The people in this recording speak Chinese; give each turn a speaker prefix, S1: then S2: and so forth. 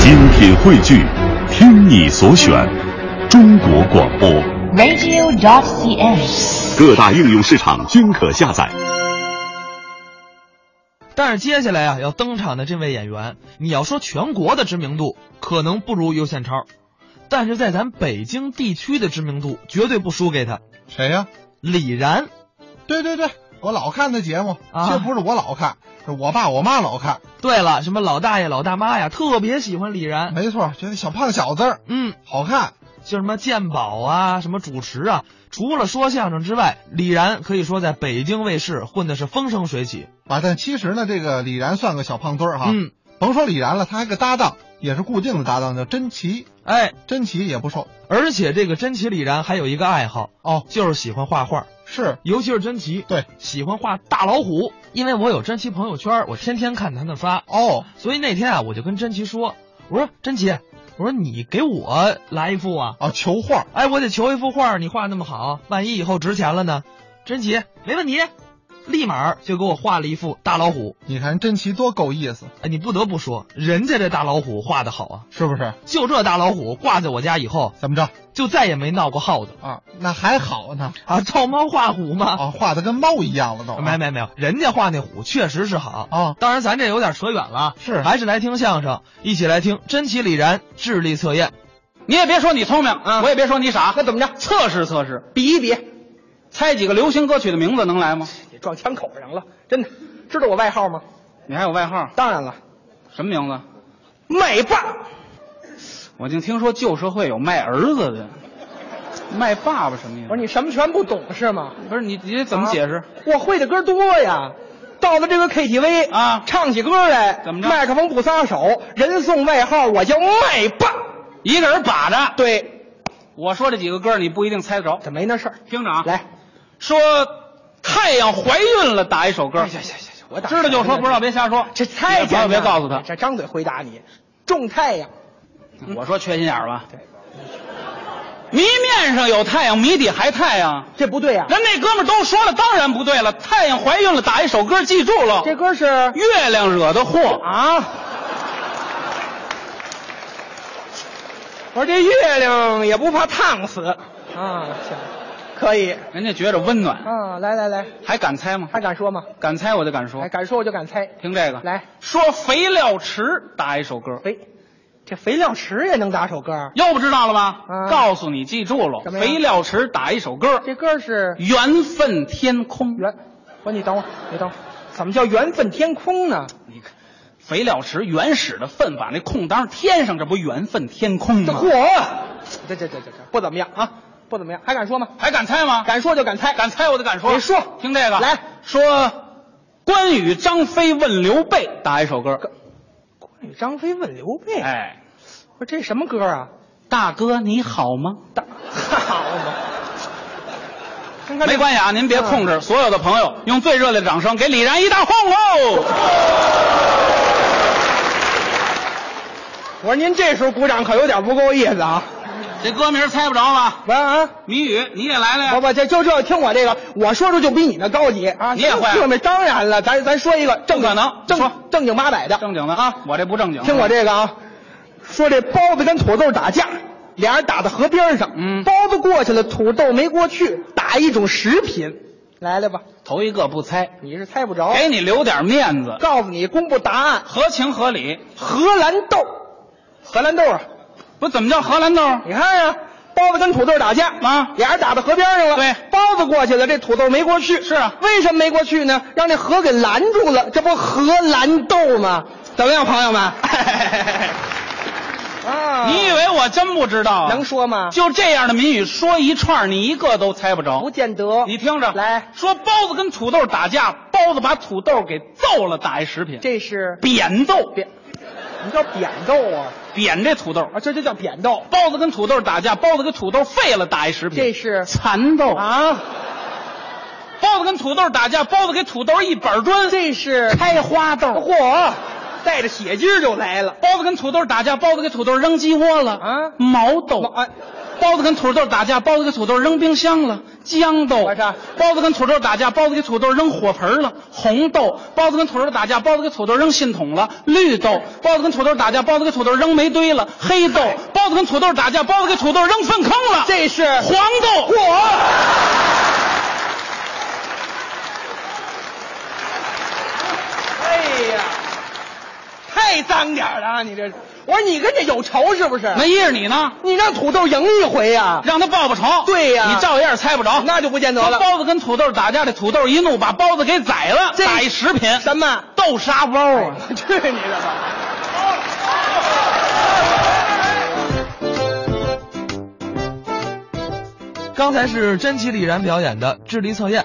S1: 精品汇聚，听你所选，中国广播。
S2: radio.cn。
S1: 各大应用市场均可下载。
S3: 但是接下来啊要登场的这位演员，你要说全国的知名度可能不如尤宪超，但是在咱北京地区的知名度绝对不输给他。
S4: 谁呀、
S3: 李然，
S4: 对对对，我老看他节目，
S3: 啊
S4: 这不是我老看，是我爸我妈老看。
S3: 对了，什么老大爷老大妈呀，特别喜欢李然。
S4: 没错，觉得小胖小子儿
S3: 嗯，
S4: 好看。
S3: 就什么鉴宝啊，什么主持啊，除了说相声之外，李然可以说在北京卫视混的是风生水起。
S4: 啊，但其实呢，这个李然算个小胖墩儿哈。
S3: 嗯，
S4: 甭说李然了，他还个搭档，也是固定的搭档，叫甄奇。
S3: 哎，
S4: 甄奇也不瘦
S3: 而且这个甄奇李然还有一个爱好，
S4: 哦，
S3: 就是喜欢画画。
S4: 是
S3: 尤其是珍奇，
S4: 对，
S3: 喜欢画大老虎。因为我有珍奇朋友圈，我天天看他们发，
S4: 哦，
S3: 所以那天啊，我就跟珍奇说，我说珍奇，我说你给我来一幅啊，
S4: 啊，球画
S3: 哎，我得求一幅画，你画那么好，万一以后值钱了呢？珍奇，没问题，立马就给我画了一幅大老虎。
S4: 你看甄奇多够意思，
S3: 哎，你不得不说，人家这大老虎画的好啊，
S4: 是不是？
S3: 就这大老虎挂在我家以后，
S4: 怎么着
S3: 就再也没闹过耗子
S4: 啊？那还好呢，
S3: 啊，照猫画虎嘛。
S4: 啊，画的跟猫一样了都。
S3: 啊没没没有，人家画那虎确实是好
S4: 啊
S3: 当然，咱这有点扯远了，
S4: 是
S3: 还是来听相声，一起来听真奇李然智力测验。
S5: 你也别说你聪明，我也别说你傻，啊那怎么着？测试测试，比一比，猜几个流行歌曲的名字能来吗？
S6: 你撞枪口上了，真的。知道我外号吗？
S5: 你还有外号，
S6: 当然了，
S5: 什么名字？
S6: 麦霸。
S5: 我竟听说旧社会有卖儿子的，卖爸爸什么意思？
S6: 我说你什么全不懂是吗？啊
S5: 不是你，啊你怎么解释？
S6: 我会的歌多呀。到了这个 KTV
S5: 啊
S6: 唱起歌来，
S5: 怎么着
S6: 麦克风不撒手，人送外号，我叫麦霸。
S5: 一个人把着。，
S6: 对，
S5: 我说这几个歌你不一定猜得着，
S6: 这没那事儿。
S5: 听着啊。，
S6: 来，
S5: 说太阳怀孕了，打一首歌。
S6: 哎呀呀呀呀，我打
S5: 知道就说，不知道别瞎说。
S6: 这太简单了。
S5: 别告诉他。
S6: 这张嘴回答你，种太阳。
S5: 我说缺心眼儿吧。
S6: 对。
S5: 谜面上有太阳，谜底还太阳。
S6: 这不对啊呀、
S5: 人那哥们儿都说了，当然不对了。太阳怀孕了，打一首歌，记住了。
S6: 这歌是
S5: 月亮惹的祸。
S6: 啊！我说这月亮也不怕烫死啊，行，可以
S5: 人家觉着温暖，
S6: 啊，来来来，
S5: 还敢猜吗？
S6: 还敢说吗？
S5: 敢猜我就敢
S6: 哎，
S5: 说。
S6: 敢说我就敢猜。
S5: 听这个，
S6: 来
S5: 说肥料池打一首歌，
S6: 肥，这肥料池也能打首歌？
S5: 又不知道了吧？
S6: 啊
S5: 告诉你，记住了，
S6: 怎么样
S5: 肥料池打一首歌，
S6: 这歌是
S5: 缘分天空。
S6: 缘，我你等会儿，你等会儿，怎么叫缘分天空呢？
S5: 你看，肥料池原始的粪把那空当填上，这不缘分天空
S6: 这
S5: 吗？
S6: 嚯，这这这这这不怎么样啊，不怎么样，还敢说吗？
S5: 还敢猜吗？
S6: 敢说就敢猜，
S5: 敢猜我就敢说。
S6: 你说
S5: 啊听这个，
S6: 来
S5: 说，关羽、张飞问刘备，打一首歌。
S6: 关羽、张飞问刘备，
S5: 哎，
S6: 我说这什么歌啊？
S5: 大哥你好吗？
S6: 大好嘛，看看这
S5: 没关系啊，您别控制，所有的朋友用最热烈的掌声给李然一大哄喽！
S6: 我说您这时候鼓掌可有点不够意思啊！
S5: 这歌名猜不着了，
S6: 完啊，
S5: 谜语你也来了
S6: 不
S5: 呀？
S6: 不，这就这听我这个，我说出就比你那高级啊！
S5: 你也会啊
S6: 听我们当然了，咱咱说一个正
S5: 不可能
S6: 正
S5: 说
S6: 正经八百的，
S5: 正经的啊，我这不正经。
S6: 听我，这个啊，说这包子跟土豆打架，俩人打到河边上，
S5: 嗯
S6: 包子过去了，土豆没过去，打一种食品，来来吧，
S5: 头一个不猜，
S6: 你是猜不着，
S5: 给你留点面子，
S6: 告诉你公布答案，
S5: 合情合理。
S6: 荷兰豆，荷兰豆啊，
S5: 不怎么叫荷兰豆？
S6: 你看呀、包子跟土豆打架
S5: 啊
S6: 俩人打到河边上了。
S5: 对
S6: 包子过去了，这土豆没过去。
S5: 是啊
S6: 为什么没过去呢？让这河给拦住了，这不荷兰豆吗？怎么样，朋友们？啊
S5: 你以为我真不知道啊？
S6: 能说吗？
S5: 就这样的谜语说一串，你一个都猜不着
S6: 不。见得。
S5: 你听着，
S6: 来，
S5: 说包子跟土豆打架，包子把土豆给揍了，打一食品，
S6: 这是
S5: 扁揍，
S6: 扁，你叫扁豆啊？
S5: 扁这土豆。
S6: 啊，这就叫扁豆。
S5: 包子跟土豆打架，包子跟土豆废了，打一食品，
S6: 这是
S5: 蚕豆。
S6: 啊，
S5: 包子跟土豆打架，包子给土豆一板砖，
S6: 这是
S5: 开花豆。
S6: 嚯，带着血劲儿就来了。
S5: 包子跟土豆打架，包子给土豆扔鸡窝了
S6: 啊
S5: 毛豆
S6: 哎
S5: 包子跟土豆打架，包子给土豆扔冰箱了，豇豆
S6: 完事儿
S5: 包子跟土豆打架，包子给土豆扔火盆了，红豆；包子跟土豆打架，包子给土豆扔信筒了，绿豆；包子跟土豆打架，包子给土豆扔煤堆了，黑豆；包子跟土豆打架，包子给土豆扔粪坑了，
S6: 这是
S5: 黄豆。
S6: 嚯！哎呀，太脏点儿了啊，你这！我说你跟这有仇是不是？
S5: 没，依着你呢，
S6: 你让土豆赢一回啊呀、
S5: 让他报报仇。
S6: 对呀
S5: 你照样猜不着，
S6: 那就不见得了。
S5: 包子跟土豆打架，这土豆一怒把包子给宰了，
S6: 这
S5: 打一食品，
S6: 什么？
S5: 豆沙包啊！
S6: 我去你的吧！
S3: 刚才是真奇李然表演的智力测验，